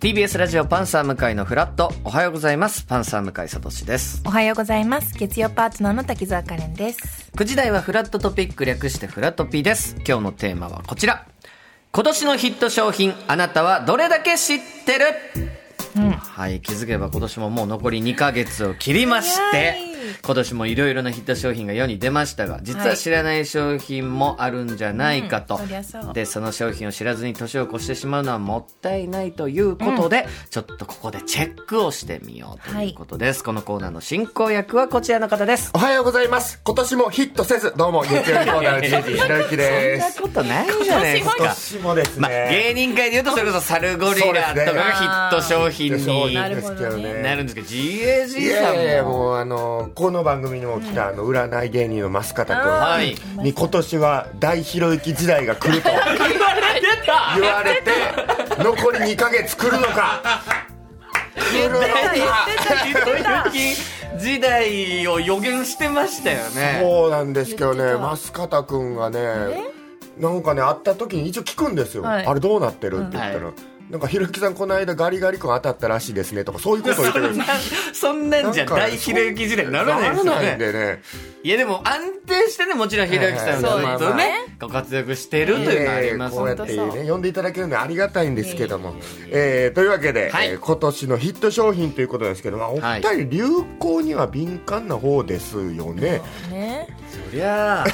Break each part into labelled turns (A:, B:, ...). A: TBS ラジオパンサー向井のフラットおはようございますパンサー向井聡です
B: おはようございます月曜パートナーの滝沢カレンです
A: 9時台はフラットトピック略してフラトピーです今日のテーマはこちら今年のヒット商品あなたはどれだけ知ってる、はい気づけば今年ももう残り2ヶ月を切りまして
B: 早い
A: 今年もいろいろなヒット商品が世に出ましたが実は知らない商品もあるんじゃないかと、
B: うんそりゃそう
A: でその商品を知らずに年を越してしまうのはもったいないということで、ちょっとここでチェックをしてみようということです、このコーナーの進行役はこちらの方です
C: おはようございます。今年もヒットせず、どうも、月曜日コーナーのジェジひろゆきで
A: そん
C: す。
A: なことないじゃないですか
C: 年もです
A: まあ、芸人界でいうとそれこそサルゴリラとかがヒット商品に
C: そうですけど
A: な
C: ね。
A: るんですけど
C: い
A: GAG
C: やいや
A: さ
C: いや
A: んも
C: もうあのこの番組にも来たあの占い芸人の増
A: は
C: 方
A: い
C: 君に今年は大ひろゆき時代が来ると言われて残り2ヶ月来るのか来るのか
A: 時代を予言してましたよね
C: そうなんですけど
B: 言っ
C: ね
B: てた
C: 増方君がねなんかね会った時に一応聞くんですよ、
B: はい
C: あれどうなってるって言ったら、
A: うんは
C: なんかひろゆきさんこの間ガリガリ君当たったらしいですねとかそういうことを言ってくるんです
A: そんなんじゃ
C: なんか
A: 大ひろゆき時代にならないです
C: な
A: よ
C: らないん
A: ね
C: でね
A: いやでも安定してねもちろんひろゆきさ
B: は
A: ん
B: い
A: が
B: はい
A: ずっとね
B: そう
A: ご活躍してるというのがあります
C: こうや
A: の
C: っ
A: で
C: てね呼んでいただけるのはありがたいんですけども、
A: い
C: えーというわけで、
A: はい
C: えー今年のヒット商品ということなんですけど、まあ、お
A: は
C: 二
A: い
C: 人流行には敏感な方ですよね、
B: ね
A: そりゃあ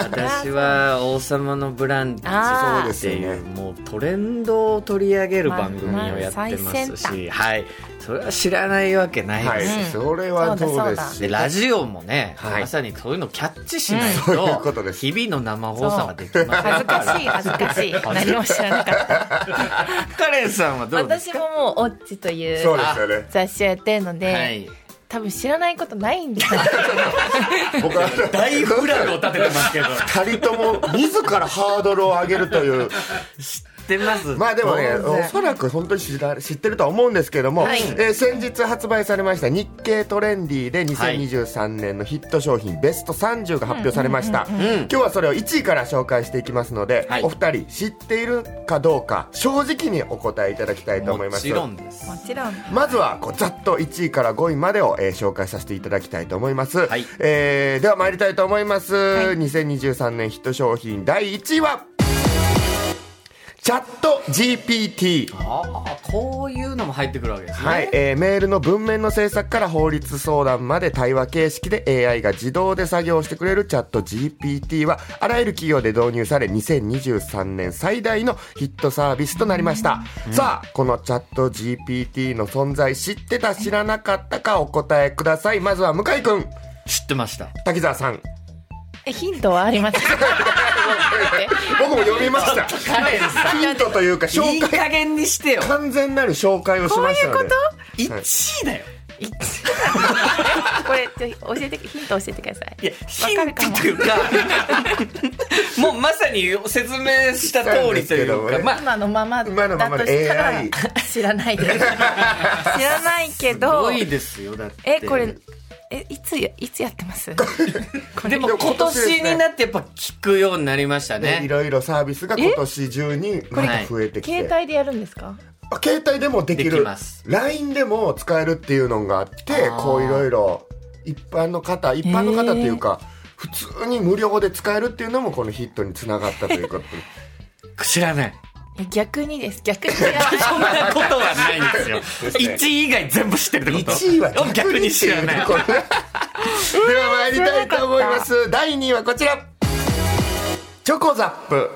A: 私は「王様のブランチ」
B: あ
C: ー
A: っていうもうトレンドを取り上げる番組をやってます
B: まあまあ最
A: し、はい、それは知らないわけない
C: はい、
A: です、
C: それは
B: そうだ
C: そう
B: そ
C: で
B: うだ
C: す
A: で
C: し
A: ラジオもね、
C: はい
A: まさにそういうのキャッチしない
C: うんそういうこと
A: と
C: です
A: 日々の生放送ができません
B: 恥ず
A: か
B: かしい恥ずかしい何も知らなかった
A: らカレンさんはどうです
B: 私ももう「オッチ」とい
C: そう
B: う
C: ですよね
B: 雑誌をやってるので、
A: か、はい、
B: 多分知らないことないんですよ
C: 僕は
A: 大フラグを立ててますけど
C: 2人とも自らハードルを上げるという
A: 知ってます
C: まあでもね
A: 当然
C: おそらく本当に知ら知ってるとは思うんですけども、
B: はい
C: えー先日発売されました「日経トレンディ」で2023年のヒット商品ベスト30が発表されました今日はそれを1位から紹介していきますので、
A: はい
C: お二人知っているかどうか正直にお答えいただきたいと思いま
A: も
C: す
A: ちろんです
B: もちろん
C: まずはこうざっと1位から5位までを、えー紹介させていただきたいと思います、
A: はい
C: えーでは参りたいと思います、2023年ヒット商品第1位はチャット GPT
A: ああこういうのも入ってくるわけですね、
C: はい、えーメールの文面の制作から法律相談まで対話形式で AI が自動で作業してくれるチャット GPT はあらゆる企業で導入され2023年最大のヒットサービスとなりました、さあこのチャット GPT の存在知ってた知らなかったかお答えくださいまずは向井君
A: 知ってました
C: 滝沢 さん
B: えヒントはありますか
C: 僕も読みました
A: カレンさん
C: ヒントというか紹
A: いい
C: 介
A: 加減にしてよ
C: 完全なる紹介をしましたので
A: 1位だよ
B: 一 これちょ教えてヒント教えてください
A: いやヒ
B: わ
A: ン
B: かる
A: トというか もうまさに説明した通りというか、
C: したんですけどね
A: まあ
B: 今のままだ
C: 今のまま
B: と
C: で
B: した
C: AI
B: ら知らないです知らないけ
A: す
B: ど
A: ごいですよだって
B: えこれえいつやいつやってます
A: でも
C: でも
A: 今
C: 今年ですね
A: 年になってやっぱ聞くようになりました
C: ね、い
A: ね
C: ろいろサービスが今年中にまた増えてきて、
B: 携帯でやるんですか
C: あ携帯でもでき
A: でき
C: る
A: ます。
C: LINE でも使えるっていうのがあって、
A: あー
C: こういろいろ一般の方、一般の方っていうか、普通に無料で使えるっていうのもこのヒットにつながった ということで
A: 知らない
B: いや逆にです逆に知らない
A: そんな ことはないん ですよ
C: すね
A: 1位以外全部知ってるってこと
C: 1位は
A: 逆に知らない
C: 逆にっていうところでは参りたいと思います。第2位はこちら。チョコザップ。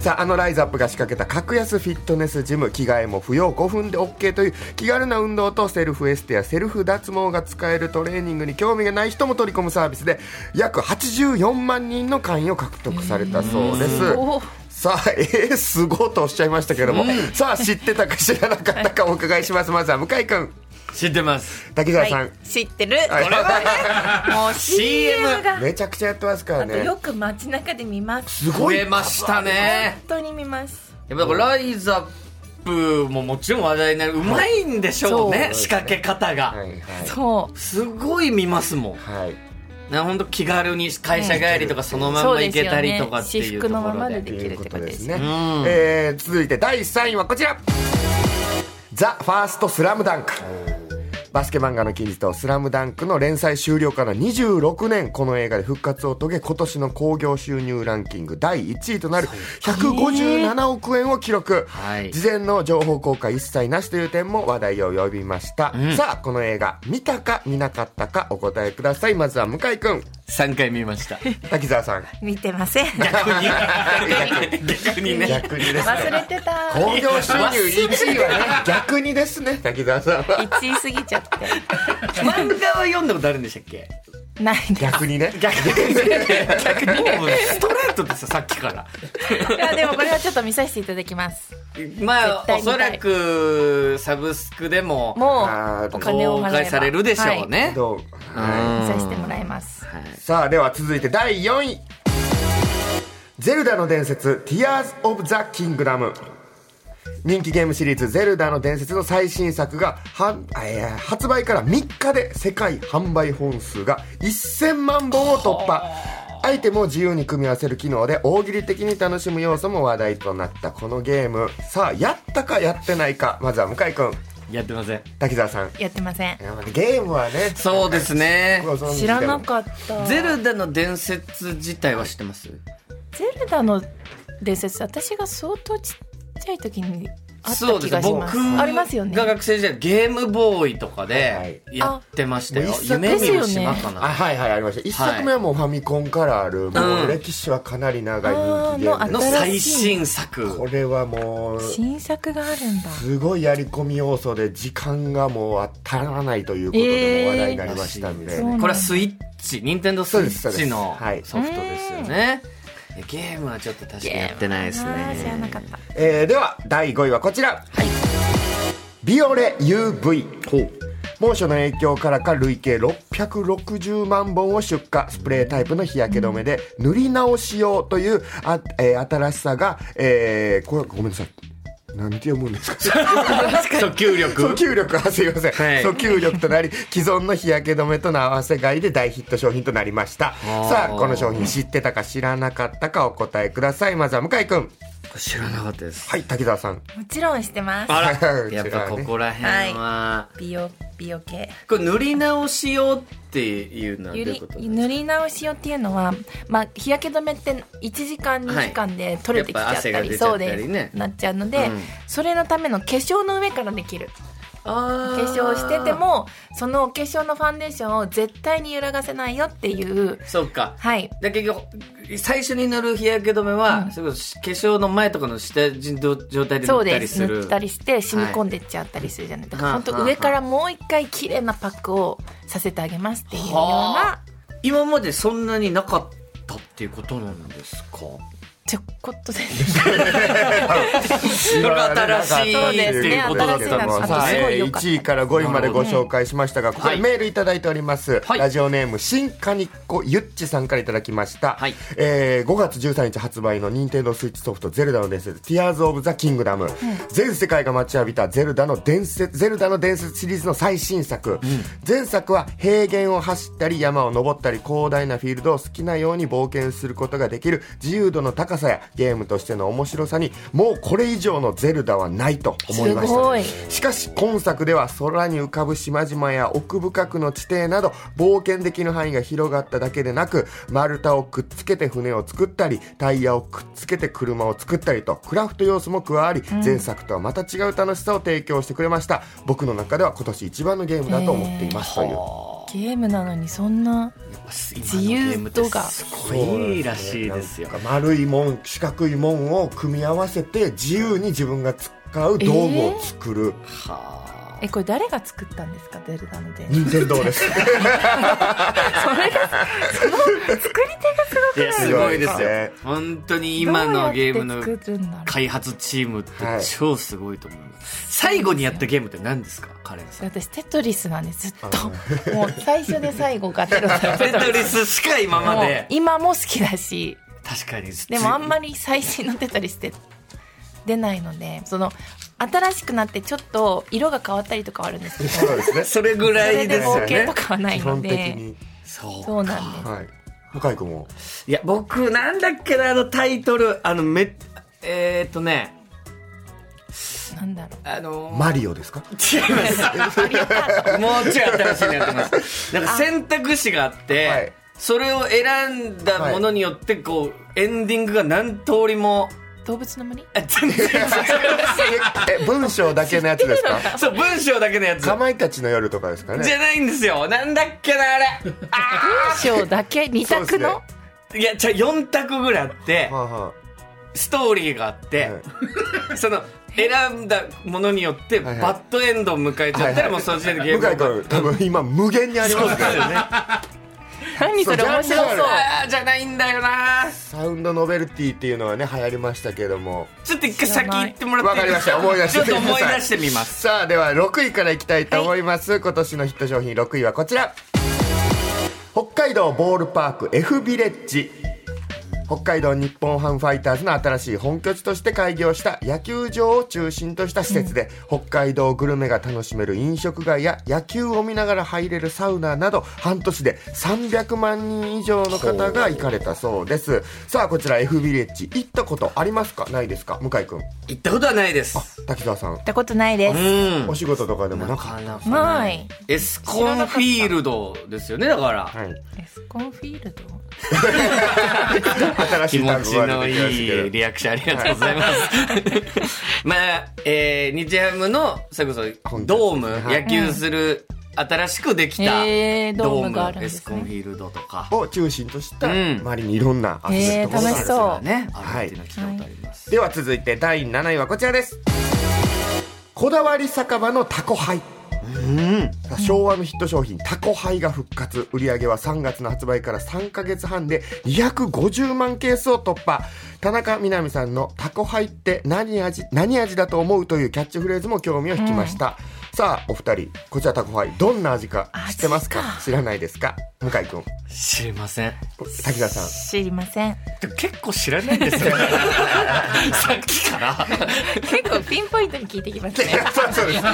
C: さああのライズアップが仕掛けた格安フィットネスジム着替えも不要5分で OK という気軽な運動とセルフエステやセルフ脱毛が使えるトレーニングに興味がない人も取り込むサービスで約84万人の会員を獲得されたそうです、
B: お
C: さあえー、すごいとおっしゃいましたけども、さあ知ってたか知らなかったかお伺いしますまずは向井君
A: 知ってます
C: 滝沢
B: は
C: さん、
B: い知ってる
C: はい
B: これはねもう CM が
C: めちゃくちゃやってますから
B: あと
C: ね
B: よく街中で見ます
C: す
A: 増
C: ごい
A: えましたね
B: 本当に見ます
A: やっぱだからライズアップももちろん話題になるうまいんでしょうね、
C: そう
A: 仕掛け方が、
C: はいはい
B: そう
A: すごい見ますもん
C: はい
A: な本当気軽に会社帰りとかそのまんま行けたりとかっていうところ
B: そうですよね私服のまま
A: で
B: で
C: ということですね
A: ん、
C: えー続いて第3位はこちらザ・ファースト・スラムダンク。バスケ漫画のキリとスラムダンクの連載終了から26年、この映画で復活を遂げ、今年の興行収入ランキング第1位となる157億円を記録。
A: はい
C: 事前の情報公開一切なしという点も話題を呼びました。さあ、この映画、見たか見なかったかお答えください。まずは向井くん、
A: 3回見 ました。
C: 滝 沢さん。
B: 見てません。
A: 逆にね。
C: 逆にですね。
B: 忘れてた。
C: 興行収入1位はね、 逆にですね、滝沢さんは。
B: 1位過ぎちゃっ
A: 漫画は読んだことあるんでしたっけ
B: て。ないんです。
C: 逆にね。
A: 逆にね。逆にね。もうストレートですよ、さっきから。
B: いや、でもこれはちょっと見させていただきます。
A: まあ
B: 絶、対
A: お
B: 見たい
A: そらく、サブスクでも、
B: も
C: あ
B: う
C: ー、
B: お金を
A: 公
B: 払えば
A: 開されるでしょう。ね。
C: どう
B: はい見させてもらいます。
C: さあでは続いて第4位「ゼルダの伝説 Tears of the Kingdom」人気ゲームシリーズ「ゼルダの伝説」の最新作がはん、えー発売から3日で世界販売本数が1000万本を突破アイテムを自由に組み合わせる機能で大喜利的に楽しむ要素も話題となったこのゲームさあやったかやってないかまずは向井君
A: やってません。
C: 滝沢さんい
B: やってません。
C: やゲームはね
A: そうですね。
C: ご存知
B: 知
C: でも
B: らなかった。
A: ゼルダの伝説自体は知ってます
B: ゼルダの伝説私が相当ちっちゃい時にあった
A: そうで
B: 気
A: す
B: がしま
A: 僕
B: すありますよね
A: が学生時代ゲームボーイとかで
C: は
A: やってましたよ
C: あもう一作
A: 夢見る島か
C: あ
A: な
C: はいはいありました一作目はもうファミコンからある、もう歴史はかなり長い人気ゲーム
A: の
C: です
B: あ新
A: 最
B: しい
A: 新作
C: これはもう
B: 新作があるんだ
C: すごいやり込み要素で時間がもう足らないということでも話題になりましたんで、
B: そうなんだ
A: これはスイッチ任天堂スイッチの
C: そうです
A: ソフトですよねゲームはちょっと確かにやってないです
B: あー知らな
A: ね
B: かった
C: えーでは第5位はこちら、ビオレ UV 猛暑の影響からか累計660万本を出荷スプレータイプの日焼け止めで塗り直し用というあ、えー新しさが、えーこれごめんなさいなんて読むんですか
A: 訴求
C: 訴
A: 力
C: 求力はすいません、
A: はい
C: 訴求力となり既存の日焼け止めとの合わせ買いで大ヒット商品となりました
A: ー
C: さあこの商品知ってたか知らなかったかお答えくださいまずは向井君
A: 知らなかったです
C: はい滝沢さん
B: もちろんしてます
A: あ
C: う
A: ら
C: ち
A: やっ
C: はね
A: ぱここら辺は
B: 美容美容系
A: これ塗り直し用っていうのはどう
B: ゆ
A: いう
B: り
A: ことですか
B: 塗り直し用っていうのは、まあ、日焼け止めって1時間
A: はい
B: 2時間で取れてきちゃった
A: やっぱ汗が出
B: り
A: ちゃ
B: そ
A: った
B: う
A: りね
B: ですなっちゃうので、
A: うん
B: それのための化粧の上からできる
A: あ
B: 化
A: ー
B: 粧しててもそのお化粧のファンデーションを絶対に揺らがせないよっていう
A: そうか
B: はい
A: で結局最初に塗る日焼け止めは、それこそ化粧の前とかの下地の状態で
B: そ
A: 塗っ
B: う
A: た
B: で
A: り
B: す
A: する
B: 塗ったりして染み込んでっちゃったりするじゃないですか
A: は
B: 本
A: いはあ
B: 当
A: はあ
B: 上からもう一回綺麗なパックをさせてあげますっていうよう
A: は
B: な
A: 今までそんなになかったっていうことなんですか
B: ちょこっとで
A: それが新しい
B: そう
A: って
B: ですね
A: いうことだ
B: 新
A: っ
B: しい
A: た
B: な
A: の
B: と
A: は
B: すご
A: い
B: い良かった
C: 1位から5位までご紹介しましたが、ここ
A: は
C: で
A: い
C: メールいただいております。
A: はい
C: ラジオネーム、新カニッコゆっちさんからいただきました。
A: はい
C: えー5月13日発売の任天堂スイッチソフト、ゼルダの伝説、Tears of the Kingdom。全世界が待ちわびたゼルダの伝説、ゼルダの伝説シリーズの最新作。前作は平原を走ったり、山を登ったり、広大なフィールドを好きなように冒険することができる自由度の高さやゲームとしての面白さに、もうこれ以上のゼルダはないと思いました。
B: すごい
C: しかし今作では空に浮かぶ島々や奥深くの地底など冒険できる範囲が広がっただけでなく丸太をくっつけて船を作ったりタイヤをくっつけて車を作ったりとクラフト要素も加わり、前作とはまた違う楽しさを提供してくれました僕の中では今年一番のゲームだと思っていますという、
B: ゲームなのにそんな
A: 自由度がすごいらしいですよ
C: なんか丸いもん四角いもんを組み合わせて自由に自分が使う道具を作る、
A: は
B: えこれ誰が作ったんですかゼルダので
C: 任天 堂です
A: あいやすごいです
C: すごい
A: よ
C: ですね
A: 本当に今のゲーム
B: どうや
A: の
B: って作るんだろ
A: 開発チームって
C: はい
A: 超すごいと思います、最後にやったゲームって何ですかカレンさん
B: う私テトリスなんですずっともう最初で最後がテトリス
A: テトリスしか今ま
B: もう
A: で
B: 今も好きだし
A: 確かに
B: でもあんまり最新のテトリスって出ないのでその新しくなってちょっと色が変わったりとかはあるんですけどそ
C: そうですね
A: それぐら
B: れ
A: いで
B: です
A: よ
B: 冒険
A: ね
B: とかはない
C: 基
B: の
C: 本的
B: で
C: に
A: そう
B: そうなんです
C: はい向井君も
A: いや僕なんだっけなあのタイトルあのめえーっとね
B: なんだろう
A: あのー
C: マリオですか
A: 違います。もうちょい新しいのやってます。なんか選択肢があって、
C: はい
A: それを選んだものによって、こう、エンディングが何通りも、
B: 動物の 森
A: あ全然違
C: え文章だけのやつで すか
A: う。そう、文章だけのやつ。
C: かまいたちの夜とかですか
A: じ
C: ね
A: ゃないんですよ。なんだっけな、あれ。あ
B: 文章だけ二
C: そうです
B: 択
C: ね
B: の
A: ーいや、じゃ4択ぐらいあって、
C: はあは
A: ストーリーがあって、その、選んだものによって、
C: はいはい
A: バッドエンドを迎えち
C: あは
A: ゃ
C: い
A: った
C: は
A: ら、
C: い
A: もうその時点でゲーム
C: 向井
A: オーバー
C: 君多分今無限にありますね
B: 何それ面白
C: そうジャ
B: そう
C: ンルある
A: あーじゃないんだよな
C: サウンドノベルティっていうのはね流行りましたけども
A: ちょっと一回先行ってもらって
C: わかりました思い出して
A: ちょっと思い出してみます
C: さあでは6位からいきたいと思います、今年のヒット商品6位はこちら北海道ボールパーク F ビレッジ北海道日本ハムファイターズの新しい本拠地として開業した野球場を中心とした施設で、北海道グルメが楽しめる飲食街や野球を見ながら入れるサウナなど半年で300万人以上の方が行かれたそうですさあこちら F ビレッジ行ったことありますかないですか向井君
A: 行ったことはないです
C: 滝沢さん
B: 行ったことないで
A: う
B: す
A: ん
C: お仕事とかでもなかった
A: なか
B: ない
A: エスコンフィールドですよねだから、
C: はい
B: エスコンフィールド
C: 新し
A: 気
C: い
A: 持
C: 単
A: ち
C: 語が
A: の
C: 出てきました
A: いい
C: けど
A: リアクションありがとうござい ます。まあ、えー、日ハムの、それこそ、ドーム、
C: はい
A: 野球する、新しくできた、
B: えードームがあるん
A: エ
B: で
A: ス
B: す
A: コン
B: ね
A: フィールドとか、
C: を中心とした
A: うん
C: 周りにいろんな遊びところがあ
B: 楽
C: る
B: しそう
A: ね、あ
C: は
A: る
C: い
A: っていうのは聞いたことあります。
C: では続いて第7位はこちらですこだわり酒場のタコハイさあ昭和のヒット商品タコハイが復活売り上げは3月の発売から3ヶ月半で250万ケースを突破田中みな実さんの「タコハイって何味何味だと思う?」というキャッチフレーズも興味を引きました、さあお二人こちらタコハイどんな味か知ってますか
B: 味か
C: 知らないですか向井君
A: 知りません。
C: 滝沢さん
B: 知りません
A: 結構知らないです よ。さっきから。
B: 結構ピンポイントに聞いてきますね
C: そうそうです。ざっ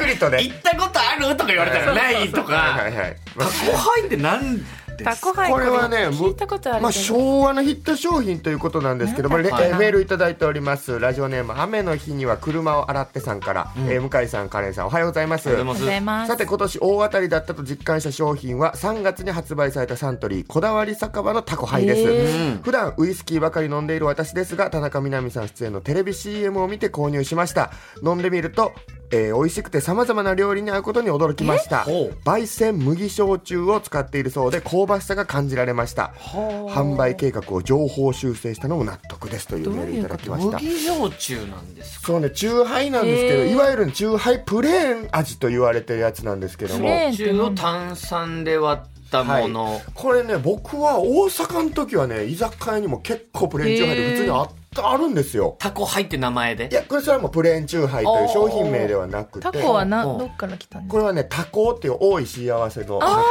C: くりとね。
A: 行ったことあるとか言われたら、ないと
C: は
A: か
C: い。はい。
A: タコハイって何ですか
B: タコハイ
C: これはね、
B: 聞いたことあるけど、
C: まあ、昭和のヒット商品ということなんですけども、
B: なんだっ
A: け
C: え
A: な
C: メールいただいておりますラジオネーム「雨の日には車を洗って」さんから、えー向井さんカレンさんおはようございます
A: おはようご
B: ありがとうございます
C: さて今年大当たりだったと実感した商品は3月に発売されたサントリーこだわり酒場のタコハイです、
B: へ
C: 普段ウイスキーばかり飲んでいる私ですが田中みな実さん出演のテレビ CM を見て購入しました飲んでみるとえー美味しくてさまざまな料理に合うことに驚きました
A: えほう
C: 焙煎麦焼酎を使っているそうで香ばしさが感じられました販売計画を情報修正したのも納得ですというメールいただきました
A: 麦焼酎なんですか
C: そうね、チューハイなんですけど、
B: へー
C: いわゆるチューハイプレーン味と言われてるやつなんですけど
B: プ
C: も、
B: レーンって
A: 中
B: な
A: を
B: んだ
A: 炭酸で割ったもの、
C: はい、これね僕は大阪の時はね居酒屋にも結構プレーンチューハイで普通にあったあるんですよ
A: タコハイって名前で
C: いやこれそれはもうプレーンチューハイとい
A: あ
C: う
A: ー
C: 商品名ではなくて
B: タコはな
A: うん
B: どっから来たんです
C: こ
B: か
C: れはねタコっていう多い幸せのタコ
A: こ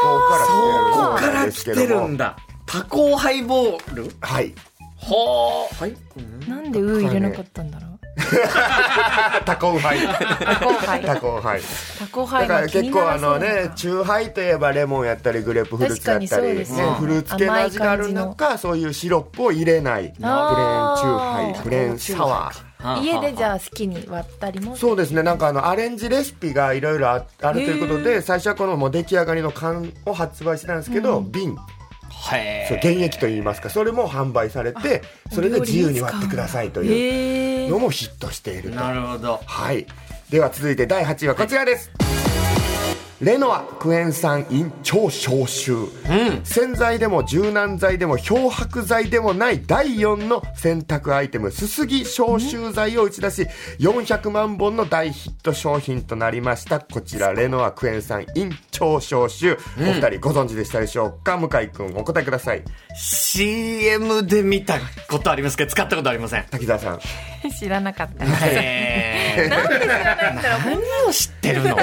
A: こ
C: か
A: からら
C: 来
A: 来
C: てる
A: てる
C: ん
A: ん
C: ですけども
A: だタコハイボール
C: はい
A: ほーはい
B: なんでウー入れなかったんだろう
C: あタコハイ
B: タコハイ
C: タコハイ
B: タコハ
C: だ
B: イ
C: か
B: が
C: ら
B: 気に
C: 結
B: な
C: 構あ
B: らそう
C: の
B: だ
C: ねチューハイといえばレモンやったりグレープフルーツやっ
B: 確
C: た
B: かにそ
C: り、
B: う
C: ね
B: ですね
C: フルーツ系の味がある中そういうシロップを入れないプレーンチューハ
B: あ
C: イ
B: ー
C: プレーンサワー
B: 家でじ
A: あ
B: ゃあ好きに割ったりも
C: そうですねなんかあのアレンジレシピがいろいろああるということ
B: へ
C: で最初はこのもう出来上がりの缶を発売してたんですけど、瓶
A: はい
C: そう原液といいますかそれも販売されてそれで自由に割ってくださいという
B: へえ
C: のもヒットしていると
A: なるほど
C: はいでは続いて第8位はこちらです、レノアクエン酸イン超消臭、洗剤でも柔軟剤でも漂白剤でもない第4の洗濯アイテムすすぎ消臭剤を打ち出し400万本の大ヒット商品となりましたこちらレノアクエン酸イン超消臭、お二人ご存知でしたでしょうか向井君お答えください
A: CM で見たことありますけど使ったことありません
C: 滝沢さん
B: 知らなかった
A: へー
B: なんで知らないんだろう
A: 何を知ってるの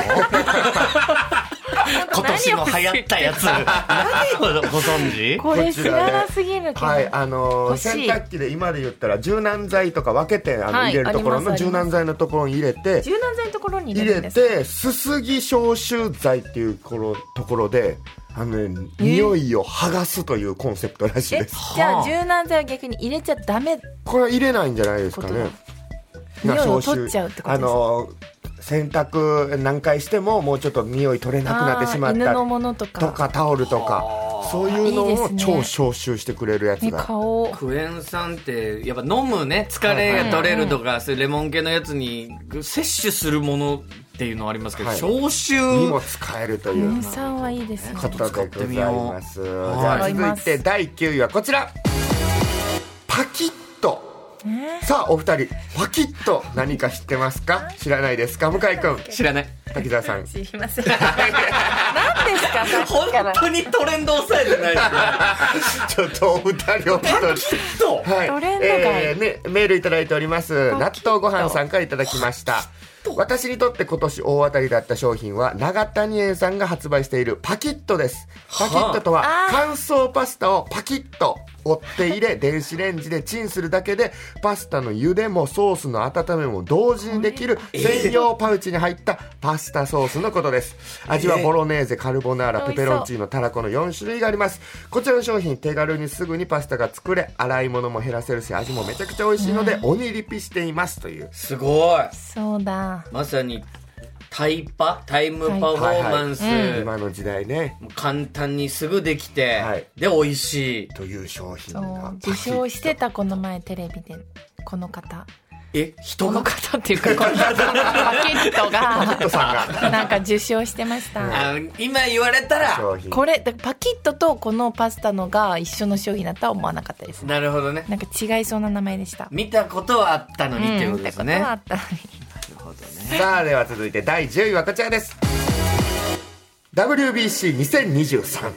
A: 今年の流行ったやつ何をご存知
B: これ知らなすぎるけど、
C: はい、あのー
B: 欲し
C: 洗
B: い
C: 濯機で今で言ったら柔軟剤とか分けてあの
B: はい
C: 入れるところ
B: あり
C: の
B: ます
C: 柔軟剤のところに入れて
B: 柔軟剤のところに入
C: 入
B: れるんで
C: れ
B: すか
C: てすすぎ消臭剤っていうこのところであの、ね、匂いを剥がすというコンセプトらしい
B: え
C: です
A: はあ
B: じゃあ柔軟剤は逆に入れちゃダメ
C: これは入れないんじゃないですか
B: こと
C: ね
B: だ匂い
C: が
B: を
C: 消
B: 取っちゃうってこと
C: あ
B: ですか
C: の洗濯何回してももうちょっと匂い取れなくなってしまっ
B: あー犬
C: た
B: のものとか
C: とかタオルとかそういうの
B: いいで
C: を
B: すね
C: 超消臭してくれるやつ
B: ね
C: が
B: 顔を
A: クエン酸ってやっぱ飲むね疲れが取れるとか、そういうレモン系のやつに摂取するものっていうのありますけど、
C: はい
A: 消臭
C: にも使えるという
B: 乳酸はいいですね
C: ことでございますじ
A: う
C: ゃあ続いて第9位はこちらパキッとさあお二人パキッと何か知ってますか知らないですか向井君
A: 知らない
C: 滝沢さん
B: 知りません何ですかさっ
A: 本
B: きから
A: 当にトレンド抑えてない ですね
C: ちょっとお二人お二人
A: と
C: はい、
B: トレンド外
C: えーね、メールいただいております納豆ご飯さんからいただきました私にとって今年大当たりだった商品は永谷園さんが発売しているパキットですパキットとは
B: はあ
C: 乾燥パスタをパキッと折って入 れ電子レンジでチンするだけでパスタの茹でもソースの温めも同時にできる専用パウチに入ったパスタソースのことです味はボロネーゼカルボナーラ
B: 美
C: ペ
B: 味しそう
C: ペロンチーノたらこの4種類がありますこちらの商品手軽にすぐにパスタが作れ洗い物も減らせるし味もめちゃくちゃ美味しいので鬼リピしていますという
A: すごい
B: そうだ
A: まさにタイパタイムパフォーマンス、
B: はいは
C: 今の時代ね
A: 簡単にすぐできて、
C: はい
A: で美味しい
C: という商品
B: そう
C: が
B: 受賞してたこの前テレビでこの方
A: え人
B: この
A: が
B: 方っていうかこのパケット
C: パキット
B: が
C: さんが
B: なんか受賞してました
A: あ今言われたら
C: 商品
B: これだパキットとこのパスタのが一緒の商品だとは思わなかったです
A: なるほどね
B: なんか違いそうな名前でした
A: 見たことはあったのにっていうことですね、
B: うん見
A: なる
B: たことはあったのに
A: ほどね
C: さあでは続いて第10位はこちらです WBC2023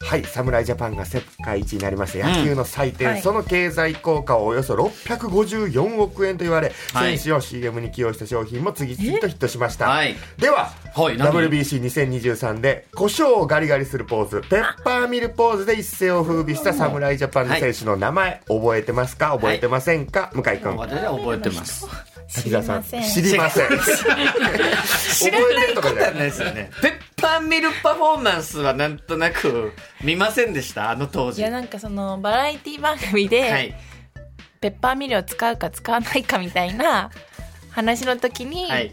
C: はい侍ジャパンが世界一になりまして野球の祭典、
B: はい
C: その経済効果はおよそ654億円と言われ、
A: はい
C: 選手を CM に起用した商品も次々とヒットしました、
A: はい
C: では、
A: はい何
C: WBC2023 で胡椒をガリガリするポーズペッパーミルポーズで一世を風靡した侍ジャパンの選手の名前、覚えてますか覚えてませんか、向井君
A: 私は覚えてます
B: 知りません
C: 知りません
A: 知らないことは
C: 覚えてるとかじゃ
A: ないですよねペッパーミルパフォーマンスはなんとなく見ませんでしたあの当
B: い
A: 時
B: やなんかそのバラエティ番組
A: は
B: で
A: い
B: ペッパーミルを使うか使わないかみたいな話の時に、
A: はい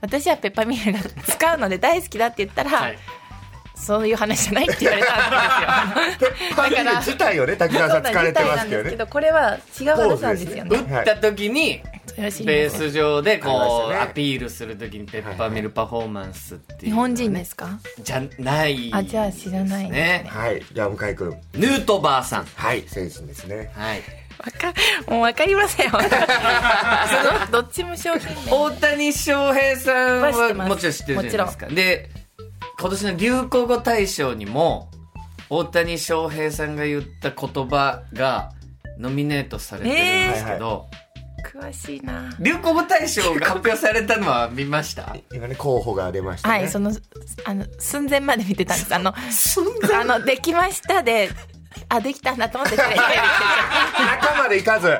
B: 私はペッパーミルが使うので大好きだって言ったら、
A: はい
B: そういう話じゃないって言われたんですよ
C: パーミル自体をね滝 沢さん疲れてま
B: そうな
C: すけど
B: んですけ
C: ね
B: どこれは違う話なんですよ
C: ポ
A: 打
C: ーズ
B: ね
C: で
A: った時に
B: それを知りま
A: ベー
B: せん
A: ス上でこ
C: ありまし
A: う
C: たね
A: アピールする時にペッパーミルパフォーマンスってい
B: 日
A: う
B: 本人ですか
A: じゃない
B: あじゃあ知らないです
A: ね
B: ね
C: はいじゃあ向井君
A: ヌートバーさん
C: はい選手ですね
A: はい
B: わかもうわかりま せんそのどっちも商品名
A: 大谷翔平さん
B: は知って
A: は
B: ます
A: もちろん知ってるじゃないですかで今年の流行語大賞にも大谷翔平さんが言った言葉がノミネートされてるんですけど、
B: 詳しいな
A: 流行語大賞が発表されたのは見ました
C: 今ね候補が出ましたね
B: はいそのあの寸前まで見てたんですあの
A: そんな
B: あのできましたであできたんだと思ってテレビテレビ
C: 中まで行かず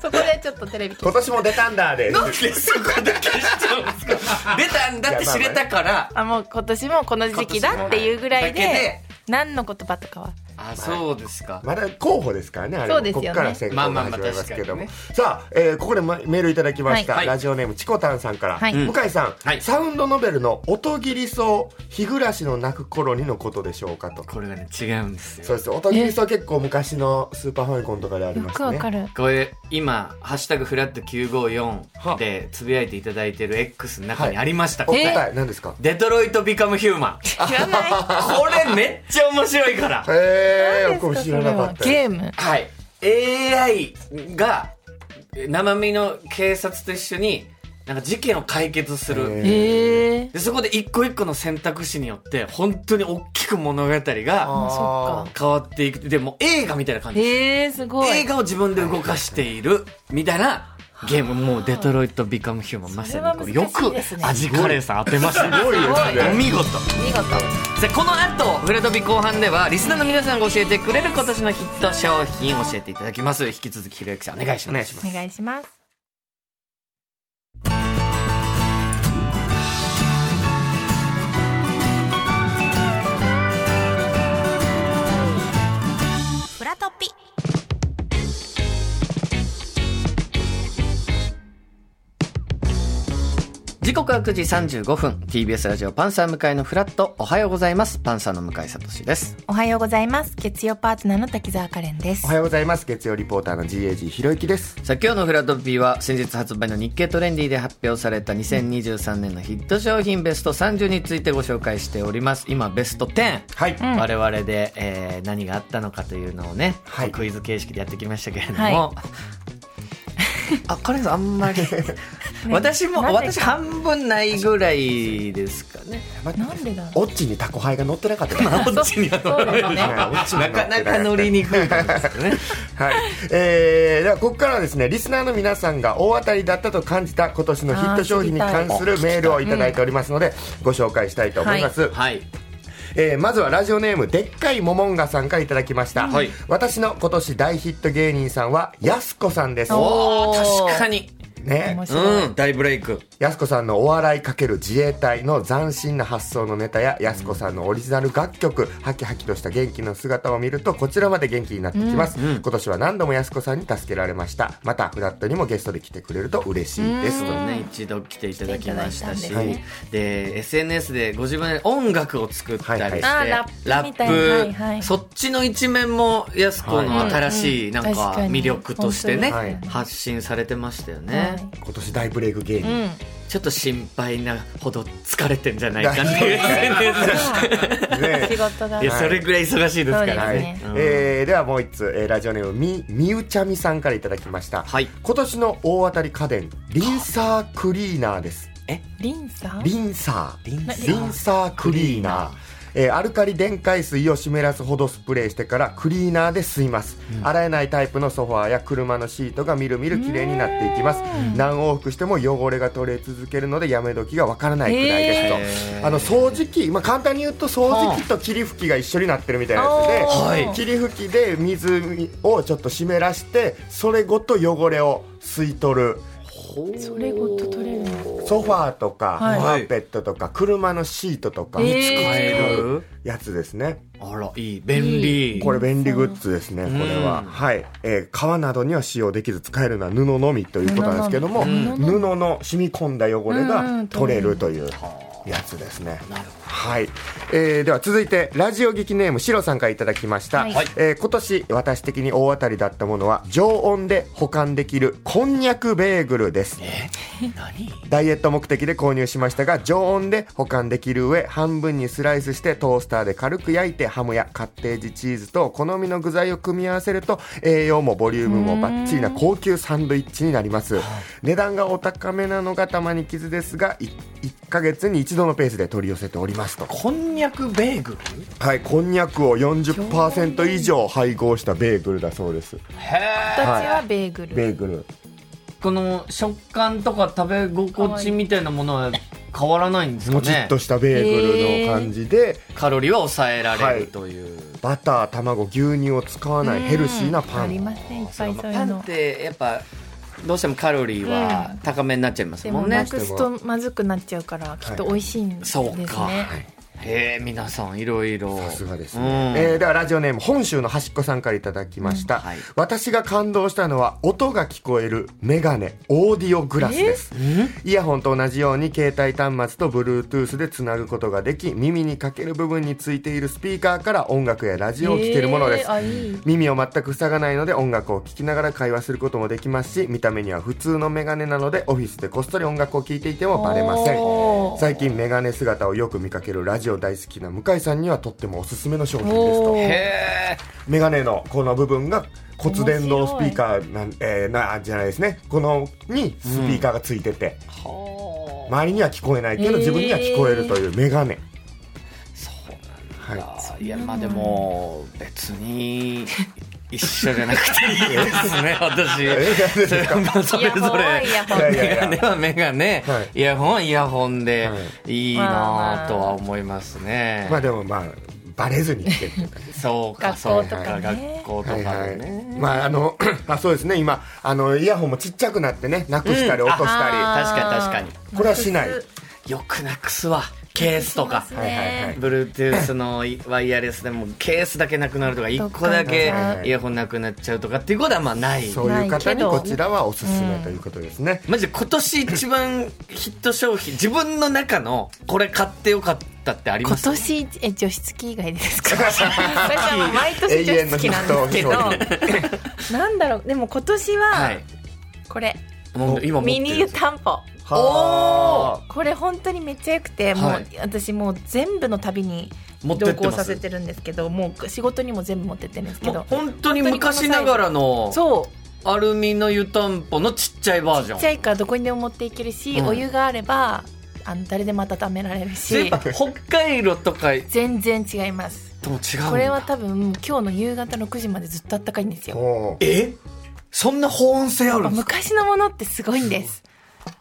B: そこでちょっとテレビ消
C: 今
B: して
C: 年も出たんだで
A: なんでそこだけしちゃうんですか出たんだって知れたから
B: あもう今年もこの時期だっていうぐらい
A: 今年も
B: で
A: だ
B: 何の言葉とかは
A: あそうですか
C: まだ候補ですからねあれも
B: そうですよね
C: ここから選考が始まりますけども、
A: まあまあま
C: さあ、えーここでまメールいただきました、
A: はい
C: ラジオネームチコタンさんから、
B: はい
C: 向井さん、
A: はい
C: サウンドノベルの「音切り草日暮らしの泣く頃に」のことでしょうかと
A: これがね違うんですよ
C: そうです音切り草結構昔のスーパーファミコンとかであり
B: よ
C: ます
B: く
C: ね
B: わかる、
A: これ今「ハッシュタグフラット
C: は
A: 954」でつぶやいていただいてる X の中にありました、
C: お
A: え
C: 答え何ですか
A: デトロイト・ビカム・ヒューマン
B: 知らない
A: これめっちゃ面白いから
C: ええー、僕も知らなかった
B: それはゲーム
A: はい AI がえ生身の警察と一緒になんか事件を解決する、
C: え
B: へえ
A: でそこで一個一個の選択肢によって本当に大きく物語が
B: あそっ
A: 変わっていくでもう映画みたいな感じ
B: へえすごい
A: 映画を自分で動かしているみたいなゲームもうデトロイト・ビカム・ヒューマンま
B: それ
A: さ
B: は
A: にこれよ
B: 難しい
A: く
B: ですね
A: 味カレーさん当てましたね
C: すごいですね
A: お見
B: 見
A: 事
B: 事
A: さあこの後フレドビ後半ではリスナーの皆さんが教えてくれる今年のヒット商品教えていただきます引き続きひろゆきさんお願いし
C: お
A: ま
C: 願い
A: す
C: します
B: お願いします
A: 時刻は9時35分 TBS ラジオパンサー向井のフラットおはようございますパンサーの向井聡です
B: おはようございます月曜パートナーの滝沢カレンです
C: おはようございます月曜リポーターの GAG ひろゆきです
A: さあ今日のフラットピーは先日発売の日経トレンディで発表された2023年のヒット商品ベスト30についてご紹介しております今ベスト10、
C: はい、
A: 我々で、えー何があったのかというのをね、
C: はい
A: クイズ形式でやってきましたけれども、
B: は
A: あカレンさんあんまり 私も
B: なぜか
A: 私半分ないぐらいですかね
C: 待って
B: なんでだろう
C: オッチにタコハイが乗ってなかったから
A: こっちには
B: そうですね
C: はいオッチに
A: な
C: 乗って
A: かなか乗りにくいと思うんですけどね
C: はい、えー、ではここからはですねリスナーの皆さんが大当たりだったと感じた今年のヒット商品に関するメールをいただいておりますので、ご紹介したいと思います、
A: はい
C: えーまずはラジオネームでっかいももんがさんからいただきました、
A: はい
C: 私の今年大ヒット芸人さんはやすこさんです
A: お
B: お
A: ー
B: ー
A: 確かに
C: ね
B: 面白い
A: うん大ブレイク
C: やすこさんのお笑いかける自衛隊の斬新な発想のネタややすこさんのオリジナル楽曲ハキハキとした元気の姿を見るとこちらまで元気になってきます、今年は何度もやすこさんに助けられましたまたフラットにもゲストで来てくれると嬉しいです
A: そうね、一度来ていただきました
B: 来てい
A: しで
B: ただいたん
C: ですね
A: SNS でご自分で音楽を作ったりして、
B: はいはいあーラップみたいな
A: ラップ
B: はいはい
A: そっちの一面もやす子の新しいなん
B: うん
A: か
B: うん確かに
A: 魅力としてね、
C: 本当にはい
A: 発信されてましたよね、
B: はい
C: 今年大ブレイク芸人、
B: うん
A: ちょっと心配なほど疲れてんじゃないかっていう SNS
C: ね
B: 仕事が
A: いやそれぐらい忙しいですか
B: そう
A: ら、
C: は
B: で
C: い
B: すね
A: うん
C: えーではもう一つ、えーラジオネームみみうちゃみさんからいただきました、
A: はい
C: 今年の大当たり家電リンサークリーナーです
B: リンさん
C: リンサー
A: リンサー
C: リンサークリーナーえーアルカリ電解水を湿らすほどスプレーしてからクリーナーで吸います、洗えないタイプのソファーや車のシートがみるみる綺麗になっていきます何往復しても汚れが取れ続けるのでやめ時がわからないくらいですと、
A: へー
C: あの掃除機、まあ、簡単に言うと掃除機と霧吹きが一緒になってるみたいなやつで、
A: はい
C: 霧吹きで水をちょっと湿らしてそれごと汚れを吸い取る
B: それごと取れるの
C: ソファーとかカ
B: はい
C: ーペットとか車のシートとか
B: え
C: に
B: ー
C: 使えるやつですね、
A: あらいい便利
B: いい
C: これ便利グッズですねこ
A: ん
C: れは、
A: うん
C: はい、えー、皮などには使用できず使えるのは布のみということなんですけども
B: 布のみ
C: 布の染み込んだ汚れ
B: うんう
C: が
B: ん
C: 取れると
B: 取
C: いうやつですね、
A: なるほど
C: はい、えーでは続いてラジオ劇ネームシロさんからいただきました、
B: はい
A: はい
C: えー今年私的に大当たりだったものは常温で保管できるこんにゃくベーグルです
A: え何
C: ダイエット目的で購入しましたが常温で保管できる上半分にスライスしてトースターで軽く焼いてハムやカッテージチーズとお好みの具材を組み合わせると栄養もボリュームもバッチリな高級サンドイッチになります値段がお高めなのがたまに傷ですが 1, ヶ月に一度のペースで取り寄せておりますと
A: こんにゃくベーグル
C: はいこんにゃくを40%以上配合したベーグルだそうです
A: へえ
B: 形はベーグル、
C: ベーグル
A: この食感とか食べ心地みたいなものは変わらないんですか
C: もち
A: ね
C: っとしたベーグルの感じで、
A: カロリーは抑えられるという、
C: バター卵牛乳を使わないヘルシーなパ
B: ありま
C: ン
B: せんいっぱいそうい
A: パ
B: う
A: ンっ
B: の
A: てやっぱどうしてもカロリーは高めになっちゃいます
B: で
A: も
B: も
A: んね、
B: なくすとまずくなっちゃうからきっと美味しいんです
A: そ
B: ね、
A: うか、へえ皆さんいろいろ
C: さすがです
A: うん
C: ね、えーではラジオネーム本州の端っこさんからいただきました、
A: うんはい
C: 私が感動したのは音が聞こえるメガネオーディオグラスですイヤホンと同じように携帯端末と Bluetooth でつなぐことができ耳にかける部分についているスピーカーから音楽やラジオを聴けるものです、
B: えーあいい
C: 耳を全く塞がないので音楽を聴きながら会話することもできますし見た目には普通のメガネなのでオフィスでこっそり音楽を聴いていてもバレませ
B: お
C: ん
B: ー
C: 最近メガネ姿をよく見かけるラジオ大好きな向井さんにはとってもおすすめの商品ですと
B: おー
A: へえ
C: メガネのこの部分が骨伝導スピーカーなん、えーなじゃないですねこのにスピーカーがついてて、
A: はあ
C: 周りには聞こえないけど
B: へー
C: 自分には聞こえるというメガネ、
A: そうな
C: は
A: ん
C: い
A: だ、い、やまあでも別に一緒じゃなくていいですね私
C: え何です か
A: まあそれぞれ
B: イヤホ
C: ンはイ
A: メ
C: ヤホン
A: ガネはメガネ、
C: は
A: イヤホンはイヤホンで
C: はい
A: いいなぁとは思いますね、
C: まあでもまあバレずにいける
A: そうか
B: 学
A: そう
B: 校と
A: か
B: かね
A: 学校とか
C: は
A: で
C: い
A: ね、
C: はい、まああの あそうですね今あのイヤホンもちっちゃくなってねなくしたり落としたり、
A: 確かに確か
B: に
A: に
C: これはしない
B: なくす
A: よくなくすわケースとか
B: します
C: はいはいはい
B: ね
A: Bluetooth のワイヤレスでもケースだけなくなるとか1個だけイヤホンなくなっちゃうとかっていうことはまあない
C: そういう方
B: ないけ
C: に
B: ど
C: こちらはおすすめということですね、
A: マジで今年一番ヒット商品自分の中のこれ買ってよかったってあり
B: 今
A: ます
B: 年一え除湿器以外 ですか私はもう毎年除湿器なんですけ
C: 永遠の
B: どなんだろうでも今年
A: は
B: はいこれ、
A: もう今持っ
B: ミ
A: て
B: ニ
A: る
B: タンポ
C: はあ
B: これ本当にめっちゃ良くて、
A: はい
B: もう私もう全部の旅に
A: 持ってっ
B: 同
A: てます
B: 行させてるんですけどもう仕事にも全部持ってってるんですけ
A: もう
B: ど
A: 本当に昔ながらの
B: そう
A: アルミの湯たんぽのちっちゃいバージ
B: ち
A: ョン
B: っちゃいからどこにでも持っていけるし、
A: うん
B: お湯があればあの誰でも温められる
A: そういえ
B: し
A: ば北海道とか
B: 全然違います
A: とも違うんだ
B: これは多分もう今日の夕方6時までずっと暖かいんですよ
C: おー
A: えそんな保温性あるんですか
B: 昔のものってすごいんです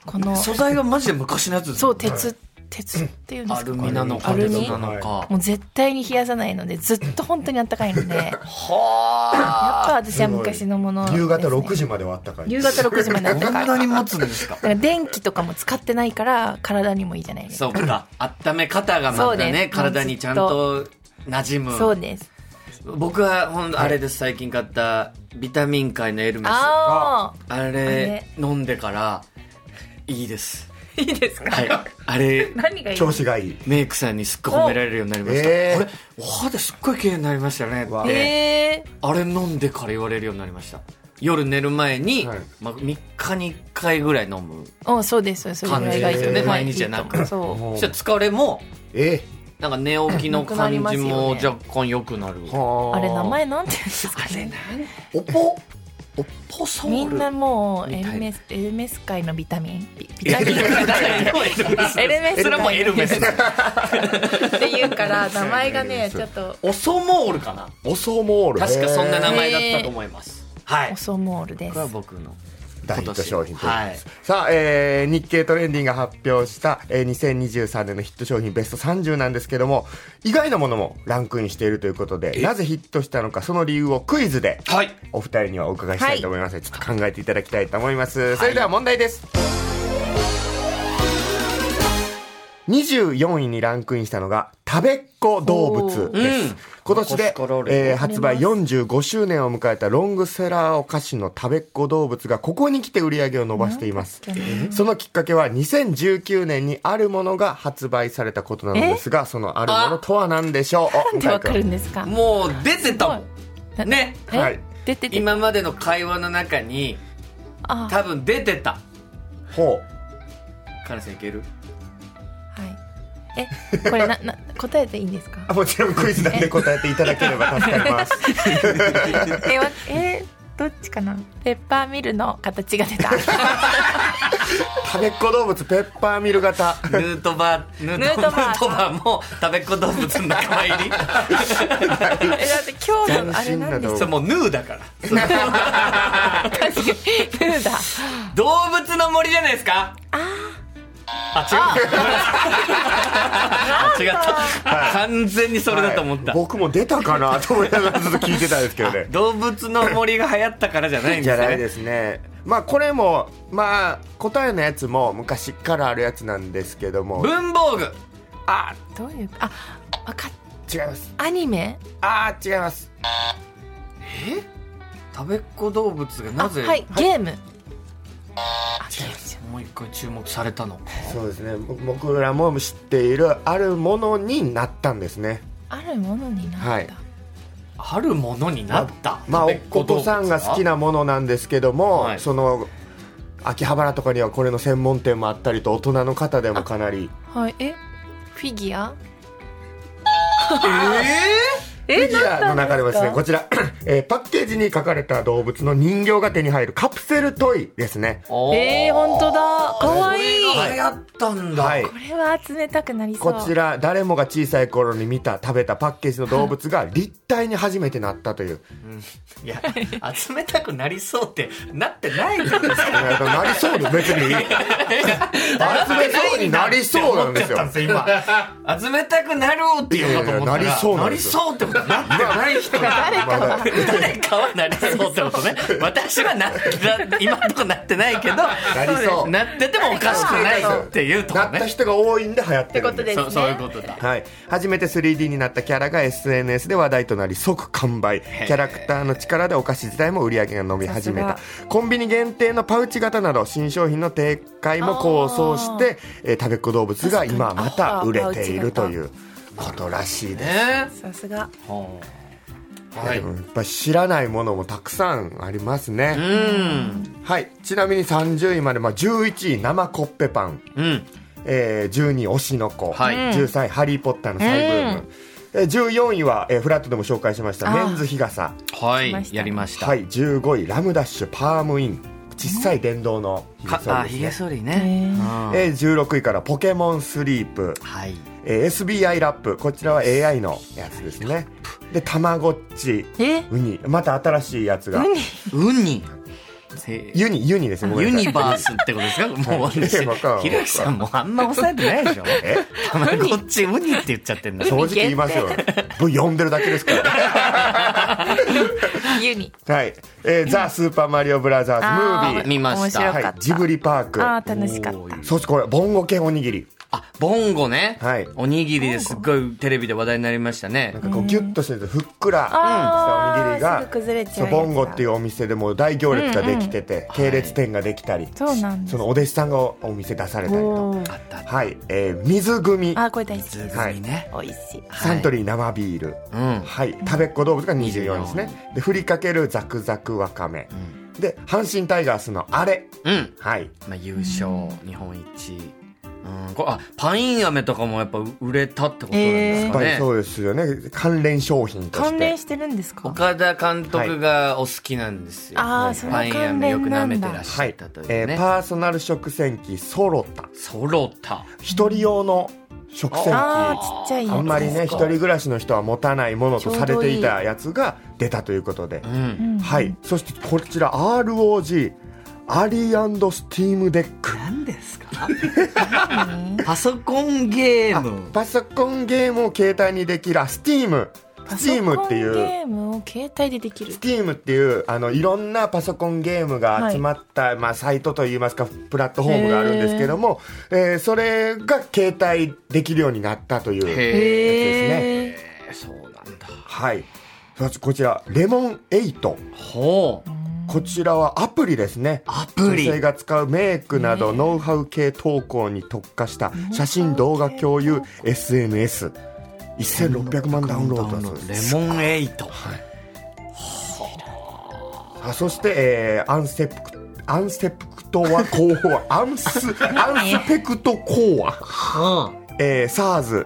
B: この
A: 素材がマジで昔のやつです
B: そう鉄鉄っていうんで
A: ア
B: すか
A: ルミなのか
B: アル
A: 鉄
B: ミ
A: なのか
B: もう絶対に冷やさないのでずっと本当に暖かいのでやっぱ
A: はあ
B: 私は昔のものですね、
C: 夕方6時まではあったかい
B: 夕方6時まで暖
A: こん
B: かい
A: なに持つんですか
B: だから電気とかも使ってないから体にもいいじゃないですか
A: そうか温め方がまた
B: そう
A: ね
B: です
A: 体にちゃんと馴染む
B: そうです
A: 僕はほんあれです最近買ったビタミン界のエルメスあ
B: あ
A: れ飲んでからいいです
B: あいいですか、
A: はいあれ
B: 何がいい
C: 調子がいい
A: メイクさんにすっごい褒められるようになりました、
C: おえー
A: あれお肌すっごい綺麗になりましたよねっ
C: わ
A: て、
B: え
A: あれ飲んでから言われるようになりました夜寝る前に、
C: はい
A: まあ、3日に1回ぐらい飲む
B: ー、うんそうですそうですそれぐらいがいいと思う
C: 感じですよね
A: 毎日じゃなく
B: そう
A: そしたら疲れも
C: え
A: なんか寝起きの感じも若干良くなる
C: ーは
B: あれ名前なんて言うんですかね
A: おぽおぽソ
B: みんなもう
A: み
B: エ
A: たい
B: ルメスエルメス界のビタミンビビタミンエルメス
A: それはもうエルメス
B: っていう から名前がねちょっと
A: おそもおるかな
C: おそもール
A: 確かそんな名
C: えー
A: 前だったと思います、はい
B: オソモールで
A: こ
B: す
A: れは僕の
C: 大ヒット商品ということ
A: は
C: で
A: い
C: す、さあ、えー日経トレンディが発表した、えー2023年のヒット商品ベスト30なんですけども意外なものもランクインしているということでなぜヒットしたのかその理由をクイズで
A: はい
C: お二人にはお伺いしたいと思います、ちょっと考えていただきたいと思います、それでは問題です24位にランクインしたのが食べっ子動物です、
B: おー
A: うん
C: 今年で
A: 昔からあ、る
C: えー発売45周年を迎えたロングセラーお菓子の食べっ子動物がここに来て売り上げを伸ばしています
B: なんだっけ
C: そのきっかけは2019年にあるものが発売されたことなのですがそのあるものとは何でしょうお
B: なんでわかる
C: 向井
B: んですか
A: もう出てたも
B: すご
A: ん
B: い
A: ね
B: え、
C: はい
B: 出てて
A: 今までの会話の中に
B: あ
A: 多分出てた
C: 君ほう
A: カナさんい ける
B: はいえこれなな答えていいんですか
C: あもちろんクイズなんで答えていただければ助かります
B: えわえどっちかなペッパーミルの形が出 た
C: 食べっ子動物ペッパーミル型
A: ヌートバーヌ
B: ヌートバー
A: ヌートバーも食べっ子動物の仲間 入
B: え
A: り
B: だって今日のあれなんです
A: それもうヌーだから
B: 確かにヌーだ
A: 動物の森じゃないですかああ違う あ違った完全にそれだと思った、
C: はい僕も出たかなと思いながらずっと聞いてたんですけどね
A: 動物の森が流行ったからじゃないん
C: じ
A: で
C: ゃ
A: す
C: ない
A: ね
C: ですねまあこれもまあ答えのやつも昔からあるやつなんですけども
A: 文房具
C: あ
B: どういうあわかっ
C: 違います
B: アニメ
C: あ違います
A: 食べっ子動物が
B: あ
A: なぜ、
B: はいゲーム
A: もう一回注目されたのか
C: そうですねぼ僕らも知っているあるものになったんですね
B: あるものになった、
C: はい
A: あるものになった、
C: まあ
A: 食べっ
C: お
A: 子
C: お
A: 動物
C: 子さんが好きなものなんですけども、
A: はい
C: その秋葉原とかにはこれの専門店もあったりと大人の方でもかなり
B: はいえフィギュア
C: フィギュアの中でもですね、
B: なった
C: こ
B: ん
C: ちら、 えーパッケージに書かれた動物の人形が手に入るカプセルトイですね。
A: おー
B: えー、本当だかわいい
A: これが流行ったんだ、
C: はい
B: こ。れは集めたくなりそう
C: こちら、誰もが小さい頃に見た、食べたパッケージの動物が立体に初めてなったという。
A: いや集めたくなりそうってなってないんですよ
C: いやなりそうで、別 に。集めそうになりそうなんですよ。
A: 集めたくなるって言うのかと思ったら
C: いやいやなりそうな
A: なん
C: で
A: り
C: す
A: そうってことなってない人が
B: 誰かは
A: 誰かはなりそうってことね私はなな今のとこなってないけど
C: なりそう
A: なっててもおかしくないっていうとこ
C: なった
A: ね
C: 人が多いんで流行ってるん
B: ってことで
C: です
A: そうそういうことだ
C: はい、初めて 3D になったキャラが SNS で話題となり即完売キャラクターの力でお菓子自体も売り上げが伸び始めた
B: さ
C: コンビニ限定のパウチ型など新商品の展開も構想して、えー食べっ子動物が今また売れているということらしいです、
A: ね
B: さすが
A: は
C: はい、
A: い
C: でもやっぱ知らないものもたくさんあります
A: う
C: ね、
A: ん
C: はい、ちなみに30位まで、まあ、11位生コッペパン
A: うん
C: えー、12位推しの子、
A: はい
C: 13位ハリー・ポッターの再ブーム、えー14位は、えーフラットでも紹介しました
B: あー
C: メンズ日傘、
A: は
B: 来ま
A: い
B: した
A: やりました
C: はい、15位ラムダッシュパームイン小さい電動のヒゲ
A: か
C: ソ
A: あ
C: リ
A: ひ
C: で
A: げ
C: すね
A: 剃り
B: へ
A: ね
B: ー
A: うん
C: えー16位からポケモンスリープ、
A: はい
C: えー SBI ラップこちらは AI のやつですねでたまごっち
B: え
C: ウニまた新しいやつが
A: ウニせ
C: ユニユニですねごめ
A: ユ
C: んなさい
A: ニバースってことです かもう
C: いやわかんない
A: ひろゆきさんもうあんま抑えてないでしょ
C: え
A: たまにこっちウニって言っちゃってんだ
C: 正直言いますよ僕呼んでるだけですから
B: ユニ
C: はい、えーザ・スーパーマリオブラザーズムービー
B: あー
A: 見ました
B: 面白か
C: は
B: っ
C: い、
B: た
C: ジブリパーク
B: あー楽しかった
C: そしてこれボンゴ系おにぎり
A: あボンゴね、
C: はい
A: おにぎりですっごいテレビで話題になりましたね
C: なんかこうギュッとしてるふっくらしたおにぎり
B: あーす
C: が
B: ぐ崩れちゃう
C: そう
B: やつだ
C: ボンゴっていうお店でもう大行列ができてて、系列店ができたり、
B: そうなんです
C: そのお弟子さんがお店出されたりと
B: おー
A: あったあっ
C: はい、えー水組
B: あーこれ大好き
A: たグミね、
B: 美味しい
C: サントリー生ビール
A: うん
C: はい、食べっ子動物が24ですねでふりかけるザクザクわかめ、で阪神タイガースのあれ
A: うん
C: はい
A: まあ、優勝、日本一うんこれあパイン飴とかもやっぱ売れたってことなんです
C: やっ
A: か
C: ぱ
A: ね、
C: りそうですよね関連商品として
B: 関連してるんですか
A: 岡田監督がお好きなんですよ、
B: ああその
A: パイン
B: 関
A: 飴よく
B: 連な
A: 舐め
B: ん
A: て
B: だ
A: らっし
C: は
A: ゃっ
C: い
A: たという
C: え
A: ね、
C: ーパーソナル食洗機ソロタ
A: そろた
C: 一人用の食洗機
B: あ
C: あ
B: あちっちゃいやつ
C: んまりね一人暮らしの人は持たないものとされてい
B: ちょうど
C: たやつが出たということで
A: う、ん
C: はい、そしてこちら ROG アリースティームデック
A: 何ですかパソコンゲーム
C: パソコンゲームを携帯にできるあスティーム
B: パ
C: ス
B: ソ
C: ティ
B: コ
C: ー
B: ン
C: ムってい
B: ゲ
C: う
B: ームを携帯でできる
C: スティームっていうあのいろんなパソコンゲームが集まった、まあ、サイトといいますかプラットフォームがあるんですけども、えーそれが携帯できるようになったというやつですね。
B: へえ
A: えそうなんだ
C: はいそしてこちらレモン8
A: ほう
C: こちらはアプリですね
A: アプリ
C: 女性が使うメイクなどノウハウ系投稿に特化した写真動画共有 SNS1600 万ダウンロードだそうで
A: レ
C: す
A: モンエイト
C: あそして、えーアンセプアンセプトは候補は アンスアンスペクトコア、えー、SARS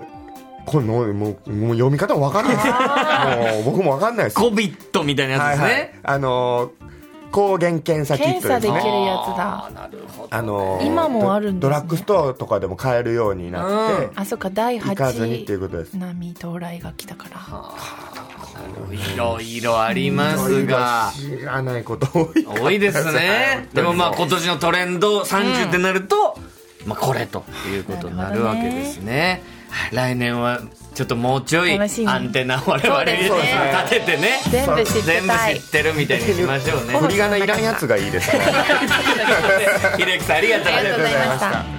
C: これのもうもう読み方わかんないですもう僕もわかんないです
A: コビットみたいなやつです
C: は
A: ね、
C: いはい、あのー抗原検査キッ
B: 検
C: ト
B: 査
C: で
B: ですきる
C: ね
B: やつだ
A: なるほ
C: あのー
B: 今もあるんですね
C: ドドラッグストアとかでも買えるようになって、
B: あそっか第
C: 行かずにっていう
B: 8
C: ことです
B: 波到来が来たから
A: いろいろありますが
C: 知らないこと多い
A: 多いですねでもまあ今年のトレンド30ってなると、まあこれということになるわけですねはい来年はちょっともうちょい
B: 楽しみ
A: アンテナを我々に
B: そうです
C: ね
A: 立ててね
B: 全部知って
A: 全部
B: た
A: 知
B: い
A: ってるみたいにしましょうね
C: 振りがないらんやつがいいですね
A: ひろゆきさんありがとうご
B: あ
A: ざいました
B: りがとうございました